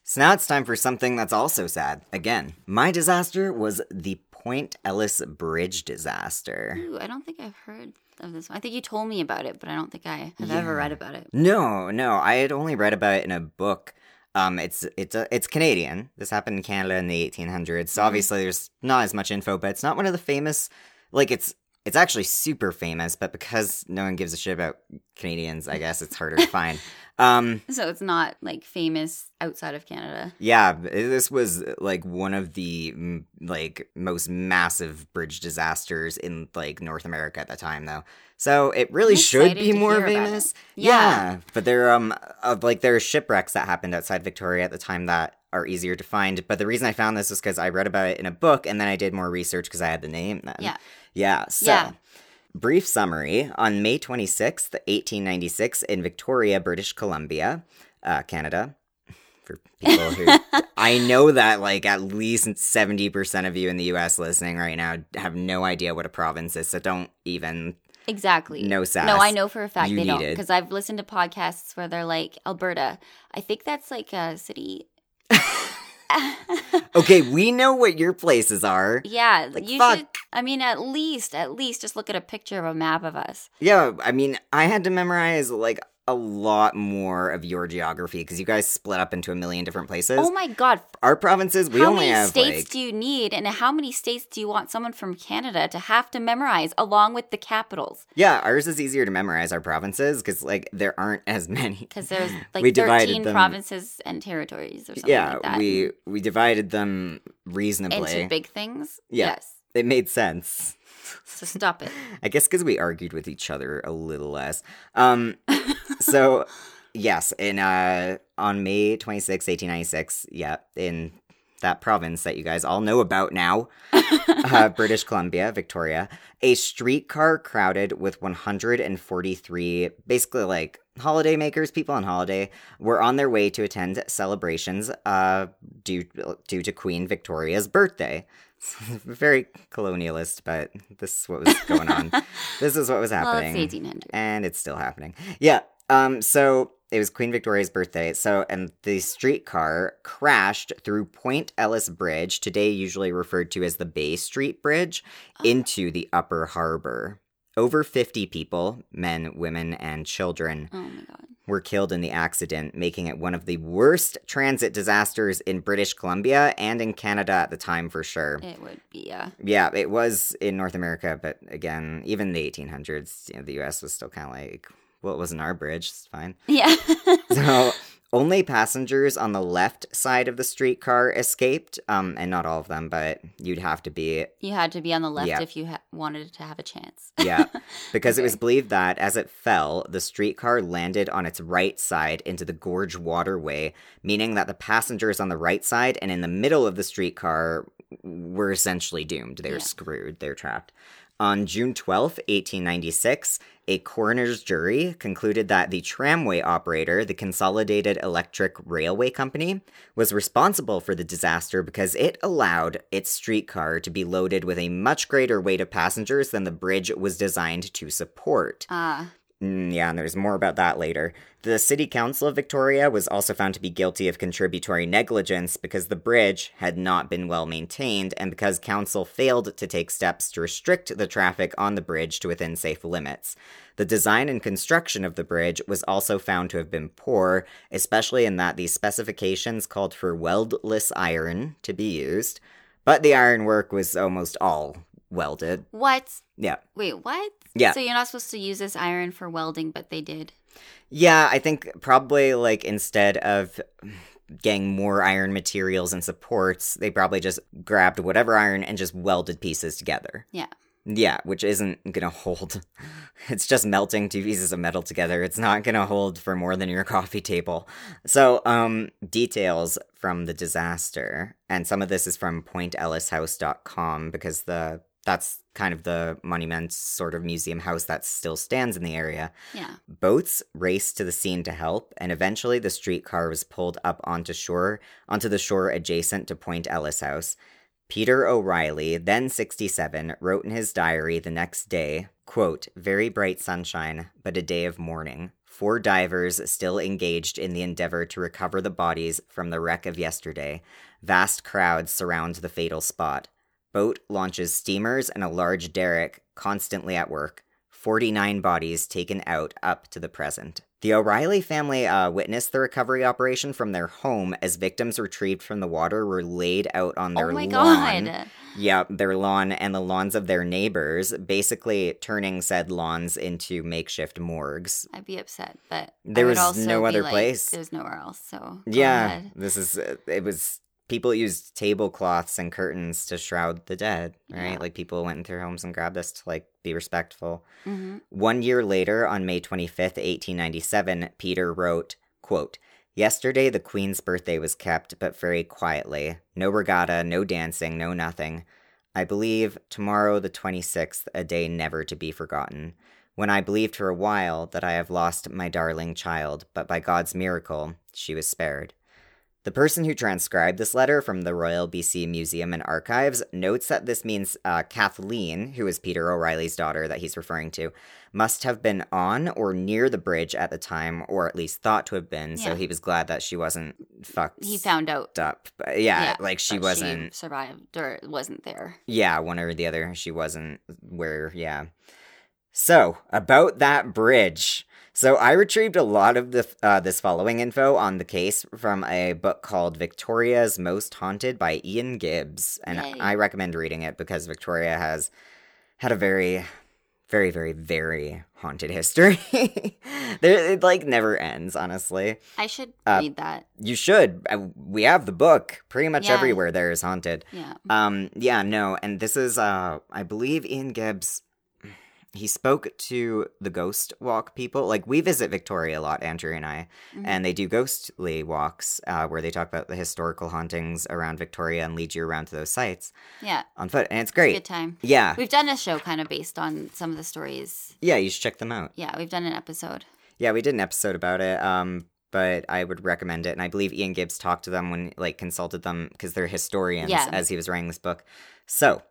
S2: so now it's time for something that's also sad. Again, my disaster was the Point Ellis Bridge disaster.
S1: Ooh, i don't think i've heard of this one i think you told me about it but i don't think i have ever
S2: Yeah.
S1: read about it
S2: No, no, I had only read about it in a book. Um, it's it's a, it's Canadian. This happened in Canada in the 1800s. So
S1: Mhm.
S2: obviously there's not as much info, but it's not one of the famous. Like it's it's actually super famous, but because no one gives a shit about Canadians, I guess it's
S1: *laughs*
S2: harder to find. Um,
S1: so it's not like famous outside of canada
S2: yeah, b- this was like one of the mm, like most massive bridge disasters in like North America at the time, though. So it really
S1: I'm
S2: should
S1: excited
S2: be
S1: to
S2: more
S1: hear about it.
S2: famous.
S1: Yeah.
S2: Yeah. but there um uh, like there are shipwrecks that happened outside Victoria at the time that are easier to find. But the reason I found this was because I read about it in a book, and then I did more research because I had the name then.
S1: Yeah.
S2: yeah. So,
S1: Yeah.
S2: brief summary: on May twenty sixth, eighteen ninety six, in Victoria, British Columbia, uh, Canada. *laughs* For people who
S1: *laughs*
S2: I know that like at least 70% of you in the US listening right now have no idea what a province is, so don't even
S1: Exactly.
S2: No sass.
S1: No, I know for a fact
S2: You
S1: they don't
S2: needed.
S1: because I've listened to podcasts where they're like Alberta. I think that's like a
S2: *laughs*
S1: city.
S2: Okay, we know what your places are.
S1: yeah,
S2: Like,
S1: you
S2: fuck.
S1: should. I mean, at least, at least, just look at a picture of a map of us.
S2: Yeah, I mean, I had to memorize like a lot more of your geography because you guys split up into a million different places.
S1: Oh my god!
S2: Our provinces, we
S1: how
S2: only
S1: many
S2: have
S1: states
S2: like
S1: do you need, and how many states do you want someone from Canada to have to memorize along with the capitals?
S2: yeah, ours is easier to memorize our provinces because like there aren't *laughs* as many.
S1: Because
S2: *sighs*
S1: there's like
S2: We divided
S1: thirteen
S2: them-
S1: provinces and territories or something
S2: Yeah,
S1: like that.
S2: we we divided them reasonably.
S1: into big things.
S2: Yeah.
S1: Yes.
S2: it made sense.
S1: So stop
S2: *laughs*
S1: it.
S2: I guess because we argued with each other a little less. Um, so yes, in uh, on May 26, 1896, yeah, in that province that you guys all know about now, uh, British Columbia, Victoria, a streetcar crowded with 143 basically like holiday makers, people on holiday, were on their way to attend celebrations uh, due due to Queen Victoria's birthday. *laughs* Very colonialist, but this is what was going on. this is what was
S1: Well,
S2: happening
S1: it's eighteen hundred.
S2: and it's still happening. Yeah. Um. So it was Queen Victoria's birthday. So and the streetcar crashed through Point Ellis Bridge, today usually referred to as the Bay Street Bridge, into the Upper Harbor. Over 50 people, men, women, and children,
S1: Oh my god.
S2: were killed in the accident, making it one of the worst transit disasters in British Columbia and in Canada at the time for sure.
S1: It would be, yeah.
S2: Yeah, it was in North America, but again, even the 1800s, you know, the US was still kind of like, well, it wasn't our bridge, it's fine. *laughs*
S1: Yeah. *laughs*
S2: So only passengers on the left side of the streetcar escaped, um, and not all of them, but you'd have to be,
S1: you had to be on the left
S2: Yeah.
S1: if you ha- wanted to have a chance.
S2: yeah, because it was
S1: Okay.
S2: believed that as it fell, the streetcar landed on its right side into the gorge waterway, meaning that the passengers on the right side and in the middle of the streetcar were essentially doomed. They were
S1: Yeah.
S2: screwed. They're trapped. On June twelfth, 1896, a a coroner's jury concluded that the tramway operator, the Consolidated Electric Railway Company, was responsible for the disaster because it allowed its streetcar to be loaded with a much greater weight of passengers than the bridge was designed to support.
S1: Ah,
S2: Mm, yeah, and there's more about that later. The City Council of Victoria was also found to be guilty of contributory negligence because the bridge had not been well maintained and because council failed to take steps to restrict the traffic on the bridge to within safe limits. The design and construction of the bridge was also found to have been poor, especially in that the specifications called for weldless iron to be used, but the ironwork was almost all welded.
S1: what?
S2: Yeah.
S1: Wait, what?
S2: Yeah.
S1: So you're not supposed to use this iron for welding, but they did.
S2: Yeah, I think probably like instead of getting more iron materials and supports, they probably just grabbed whatever iron and just welded pieces together.
S1: Yeah.
S2: Yeah, which isn't going to hold. *laughs* It's just melting two pieces of metal together. It's not going to hold for more than your *laughs* coffee table. So, um details from the disaster and some of this is from pointellishouse.com because the that's kind of the monument sort of museum house that still stands in the area.
S1: Yeah.
S2: Boats raced to the scene to help, and eventually the streetcar was pulled up onto shore, onto the shore adjacent to Point Ellis House. Peter O'Reilly, then 67, wrote in his diary the next day, quote, "Very bright sunshine, but a day of mourning. Four divers still engaged in the endeavor to recover the bodies from the wreck of yesterday. Vast crowds surround the fatal spot. Boat launches steamers and a large derrick constantly at work. 49 bodies taken out up to the present. The O'Reilly family uh, witnessed the recovery operation from their home as victims retrieved from the water were laid out on their
S1: oh my
S2: lawn.
S1: god.
S2: Yeah, their lawn and the lawns of their neighbors, basically turning said lawns into makeshift morgues.
S1: I'd be upset, but I
S2: There
S1: would
S2: was
S1: also
S2: no
S1: be
S2: other
S1: like,
S2: place.
S1: There's nowhere else. So go
S2: Yeah,
S1: ahead.
S2: this is uh, it was people used tablecloths and curtains to shroud the dead, right?
S1: Yeah.
S2: Like people went into their homes and grabbed this to like be respectful.
S1: Mhm.
S2: One year later, on May 25th, 1897, Peter wrote, quote, Yesterday the Queen's birthday was kept, but very quietly. No regatta, no dancing, no nothing. I believe tomorrow the 26th, a day never to be forgotten. When I believed for a while that I have lost my darling child, but by God's miracle, she was spared. The person who transcribed this letter from the Royal BC Museum and Archives notes that this means uh, Kathleen, who is Peter O'Reilly's daughter that he's referring to, must have been on or near the bridge at the time, or at least thought to have been. So
S1: Yeah.
S2: he was glad that she wasn't fucked
S1: He found out.
S2: up. But yeah,
S1: Yeah,
S2: like she
S1: that
S2: wasn't.
S1: survived or wasn't there.
S2: Yeah, one or the other. She wasn't where, yeah. So, about that bridge. So, I retrieved a lot of the, uh, this following info on the case from a book called Victoria's Most Haunted by Ian Gibbs. And
S1: Yay.
S2: I recommend reading it because Victoria has had a very, very, very, very haunted history. *laughs* there, it like never ends, honestly.
S1: I should
S2: Uh,
S1: read that.
S2: You should. Uh, We have the book pretty much
S1: Yeah.
S2: everywhere there is haunted.
S1: Yeah.
S2: Um, yeah, no, and this is uh I believe Ian Gibbs he spoke to the ghost walk people. Like we visit Victoria a lot, Andrew and I,
S1: Mhm.
S2: and they do ghostly walks, uh, where they talk about the historical hauntings around Victoria and lead you around to those sites
S1: Yeah.
S2: on foot. And it's
S1: Good
S2: great. Uh.
S1: time.
S2: Yeah.
S1: We've done a show kind of based on some of the stories.
S2: Yeah, you should check them out.
S1: Yeah, we've done an episode.
S2: Yeah, we did an episode about it. Um, but I would recommend it, and I believe Ian Gibbs talked to them when like consulted them because they're historians
S1: Yeah.
S2: as he was writing this book. So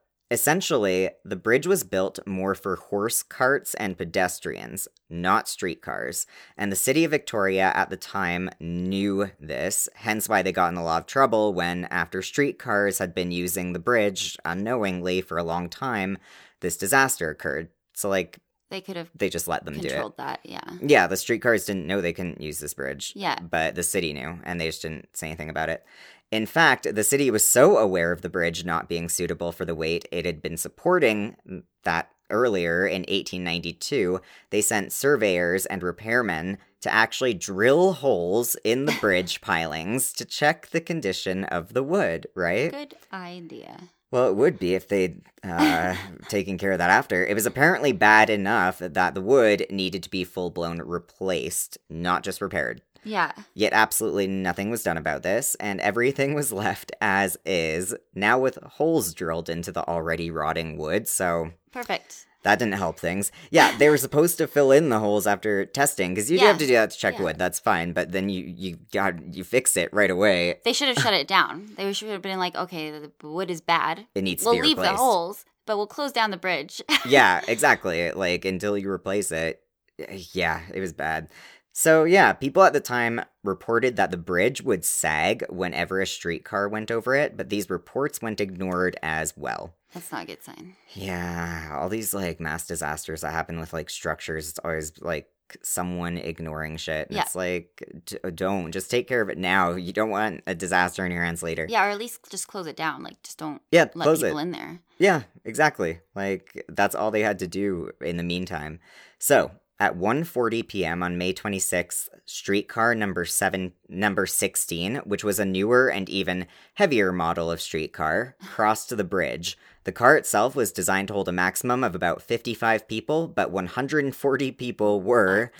S2: essentially, the bridge was built more for horse carts and pedestrians, not streetcars. And the city of Victoria at the time knew this, hence why they got in a lot of trouble when, after streetcars had been using the bridge unknowingly for a long time, this disaster occurred. So like
S1: They could have
S2: they just let them do it.
S1: controlled that. Yeah.
S2: Yeah, the streetcars didn't know they couldn't use this bridge.
S1: Yeah.
S2: But the city knew, and they just didn't say anything about it. In fact, the city was so aware of the bridge not being suitable for the weight it had been supporting that earlier in 1892, they sent surveyors and repairmen to actually drill holes in the bridge pilings to check the condition of the wood, right?
S1: Good idea.
S2: Well, it would be if they'd uh, taken care of that after. It was apparently bad enough that the wood needed to be full blown replaced, not just repaired.
S1: Yeah.
S2: Yet absolutely nothing was done about this, and everything was *laughs* left as is, now with holes drilled into the already rotting wood. So,
S1: Perfect.
S2: That didn't help things. Yeah, they were supposed to fill in the holes after testing because you do
S1: Yeah.
S2: have to do that to check
S1: Yeah.
S2: wood. That's fine, but then you you got you fix it right away.
S1: They should have shut it down. They should have been like, okay, the wood is bad.
S2: It needs
S1: We'll
S2: to be
S1: leave
S2: replaced.
S1: the holes, but we'll close down the bridge. *laughs*
S2: yeah, exactly. Like until you replace it. eh, Yeah, it was bad. So, yeah, people at the time reported that the bridge would sag whenever a streetcar went over it, but these reports went ignored as well.
S1: That's not a good sign.
S2: Yeah, all these like mass disasters that happen with like structures, it's always like someone ignoring shit. And
S1: Yeah.
S2: It's like, d- don't just take care of it now. You don't want a disaster in your hands later.
S1: Yeah, or at least just close it down. Like, just don't
S2: yeah
S1: let
S2: close it.
S1: people in there.
S2: Yeah, exactly. Like that's all they had to do in the meantime. So at 1:40 p.m. on May 26th, streetcar number seven, number 16, which was a newer and even heavier model of streetcar, crossed the bridge. The car itself was designed to hold a maximum of about 55 people, but 140 people were,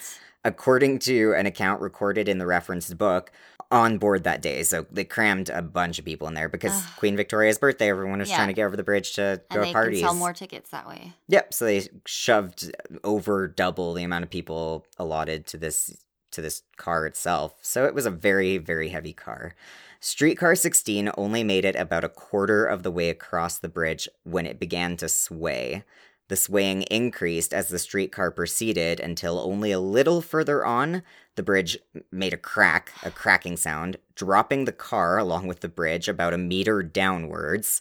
S2: according to an account recorded in the referenced book, on board that day. So they crammed a bunch of people in there because
S1: Ugh.
S2: Queen Victoria's birthday, everyone was
S1: Yeah.
S2: trying to get over the bridge to
S1: And
S2: go
S1: they
S2: to parties.
S1: can sell more tickets that way.
S2: Yep. So they shoved over double the amount of people allotted to this to this car itself. So it was a very very heavy car. Streetcar 16 only made it about a quarter of the way across the bridge when it began to sway. The swaying increased as the streetcar proceeded until only a little further on, the bridge made a crack, a cracking sound, dropping the car along with the bridge about a meter downwards.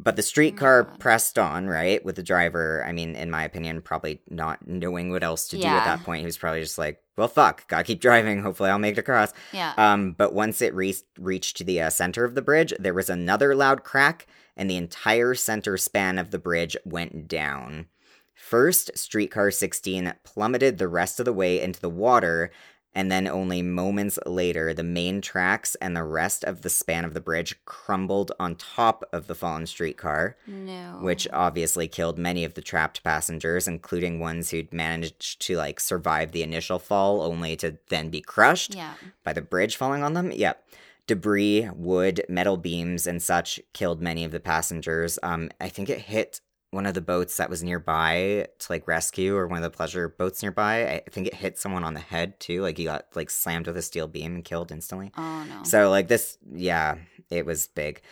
S2: But the streetcar
S1: God.
S2: pressed on, right? With the driver, I mean, in my opinion, probably not knowing what else to do
S1: Yeah.
S2: at that point. He was probably just like, well, fuck, gotta keep *laughs* driving. Hopefully I'll make it across.
S1: Yeah.
S2: Um, but once it re- reached the uh, center of the bridge, there was another loud crack, and the entire center span of the bridge went down. First, Streetcar 16 plummeted the rest of the way into the water, and then only moments later, the main tracks and the rest of the span of the bridge crumbled on top of the fallen streetcar
S1: no.
S2: which obviously killed many of the trapped passengers, including ones who'd managed to like survive the initial fall only to then be crushed
S1: Yeah.
S2: by the bridge falling on them. Yep. Debris, wood, metal beams, and such killed many of the passengers. Um, I think it hit one of the boats that was nearby to like rescue, or one of the pleasure boats nearby. I think it hit someone on the head too. Like he got like slammed with a steel beam and killed instantly.
S1: Oh no.
S2: So, like this, yeah, it was big.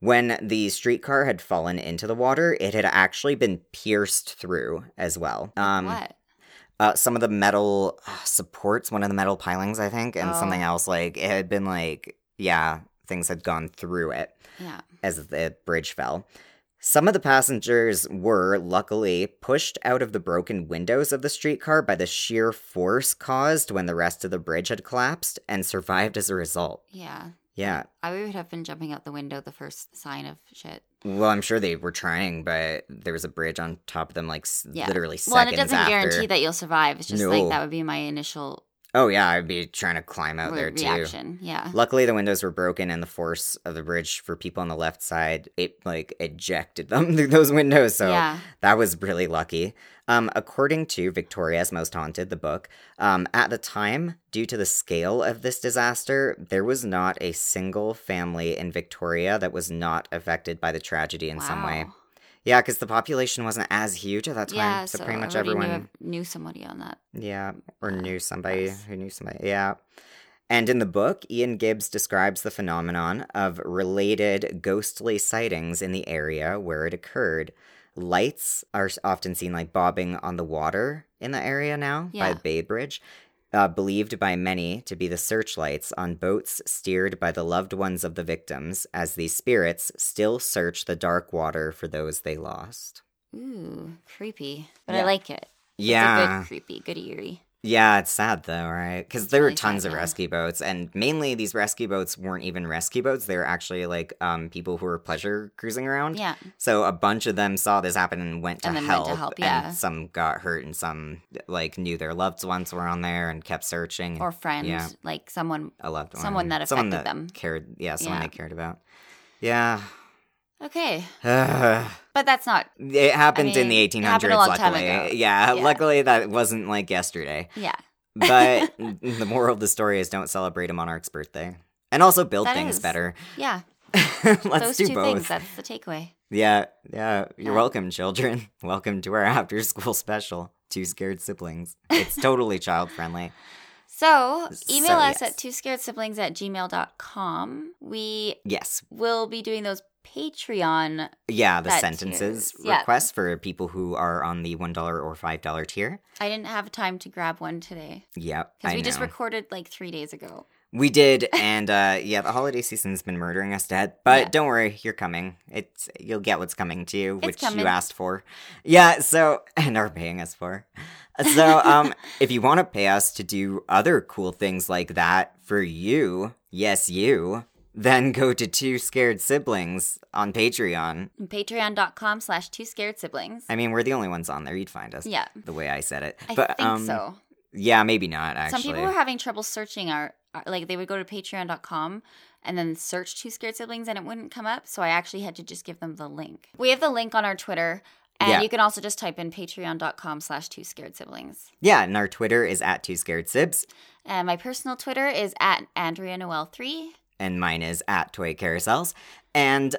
S2: When the streetcar had fallen into the water, it had actually been pierced through as well. Um,
S1: what?
S2: Uh, some of the metal uh, supports, one of the metal pilings, I think, and
S1: Oh.
S2: something else, like it had been like, yeah, things had gone through it
S1: Yeah.
S2: as the bridge fell. Some of the passengers were, luckily, pushed out of the broken windows of the streetcar by the sheer force caused when the rest of the bridge had collapsed and survived as a result.
S1: Yeah.
S2: Yeah,
S1: I would have been jumping out the window the first sign of shit.
S2: Well, I'm sure they were trying, but there was a bridge on top of them, like s
S1: Yeah.
S2: literally seconds
S1: Well, and it doesn't
S2: after.
S1: guarantee that you'll survive. It's just
S2: No.
S1: like that would be my initial
S2: Oh yeah, I'd be trying to climb out
S1: re-
S2: there too.
S1: reaction. Yeah.
S2: Luckily, the windows were broken, and the force of the bridge for people on the left side it like ejected them *laughs* through those windows. So
S1: yeah.
S2: that was really lucky. Um, according to Victoria's Most Haunted, the book, um, at the time, due to the scale of this disaster, there was not a single family in Victoria that was not affected by the tragedy in some way.
S1: Wow.
S2: Yeah, because the population wasn't as huge at that time.
S1: Yeah.
S2: so,
S1: So,
S2: pretty much
S1: everybody
S2: everyone,
S1: knew, knew somebody on that.
S2: yeah, or
S1: uh,
S2: knew somebody
S1: yes.
S2: who knew somebody. Yeah. And in the book, Ian Gibbs describes the phenomenon of related ghostly sightings in the area where it occurred. Lights are s- often seen like bobbing on the water in the area now
S1: Yeah.
S2: by Bay Bridge, uh, believed by many to be the searchlights on boats steered by the loved ones of the victims as these spirits still search the dark water for those they lost.
S1: Ooh, creepy. But
S2: Yeah.
S1: I like it. It's a
S2: Yeah.
S1: good creepy, good eerie.
S2: Yeah, it's sad though, right? Because
S1: It's
S2: there were
S1: really sad,
S2: tons of
S1: yeah.
S2: rescue boats, and mainly these rescue boats weren't even rescue boats. They were actually like um, people who were pleasure cruising around.
S1: Yeah.
S2: So a bunch of them saw this happen and went to
S1: And then went
S2: help.
S1: to help, yeah.
S2: And some got hurt, and some like knew their loved ones were on there and kept searching.
S1: Or friend.
S2: Yeah.
S1: Like someone.
S2: a loved one,
S1: someone that
S2: someone
S1: affected
S2: that
S1: them.
S2: cared. Yeah, someone
S1: Yeah.
S2: they cared about. Yeah, *sighs*
S1: Okay.
S2: it
S1: But that's not.
S2: happened
S1: mean,
S2: in the
S1: it
S2: 1800s.
S1: happened a long time
S2: luckily,
S1: ago. Yeah.
S2: yeah, luckily that wasn't like yesterday.
S1: Yeah. *laughs*
S2: But the moral of the story is don't celebrate a monarch's birthday. And also build
S1: That
S2: things
S1: is.
S2: better. *laughs*
S1: Yeah.
S2: Let's
S1: Those
S2: do
S1: two
S2: both.
S1: things. That's the takeaway.
S2: Yeah, yeah. You're
S1: Uh,
S2: welcome, children. *laughs* Welcome to our after school special, Two Scared Siblings. It's totally child friendly.
S1: So email
S2: So,
S1: us
S2: yes.
S1: at two scared siblings at gmail.com. We
S2: Yes.
S1: will be doing those Patreon.
S2: Yeah, the
S1: That
S2: sentences
S1: tiers, yeah.
S2: request for people who are on the $1 or $5 tier.
S1: I didn't have time to grab one today
S2: Yep.
S1: because
S2: I
S1: we just
S2: know.
S1: recorded like three days ago. *laughs*
S2: We did, and uh, yeah, the holiday season's been murdering us to death. But
S1: Yeah.
S2: don't worry, you're coming. It's you'll get what's coming to you,
S1: It's
S2: which
S1: coming.
S2: you asked for. Yeah, so *laughs* and are paying us for. So, um,
S1: *laughs*
S2: if you want to pay us to do other cool things like that for you, yes, you, then go to Two Scared Siblings on Patreon.
S1: Patreon.com slash two scared siblings.
S2: I mean, we're the only ones on there. You'd find us.
S1: yeah,
S2: The way I said it,
S1: I
S2: but
S1: think
S2: um,
S1: so.
S2: yeah, maybe not. Actually,
S1: Some people were having trouble searching our, our- like they would go to patreon.com and then search two scared siblings and it wouldn't come up. So I actually had to just give them the link. We have the link on our Twitter. And
S2: Yeah.
S1: you can also just type in patreon.com slash two scared siblings.
S2: yeah, and our Twitter is at Two Scared Sibs.
S1: And my personal Twitter is at Andrea Noel three.
S2: and mine is at toy carousels and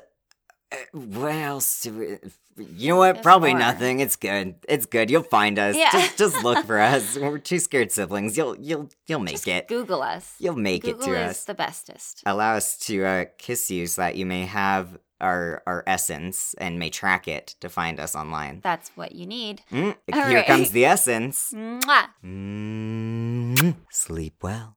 S2: uh, what else do we, you know what
S1: There's
S2: probably
S1: more.
S2: nothing it's good it's good you'll find us
S1: Yeah.
S2: just just
S1: *laughs*
S2: look for us we're two scared siblings you'll you'll you'll make
S1: Just
S2: it
S1: Google us.
S2: you'll make
S1: Google
S2: it to
S1: is
S2: us
S1: the bestest.
S2: allow us to uh, kiss you so that you may have our our essence and may track it to find us online
S1: That's what you need.
S2: Mm,
S1: All
S2: here
S1: *laughs* right.
S2: comes the essence
S1: Mwah.
S2: Mm, Mm-hmm. sleep well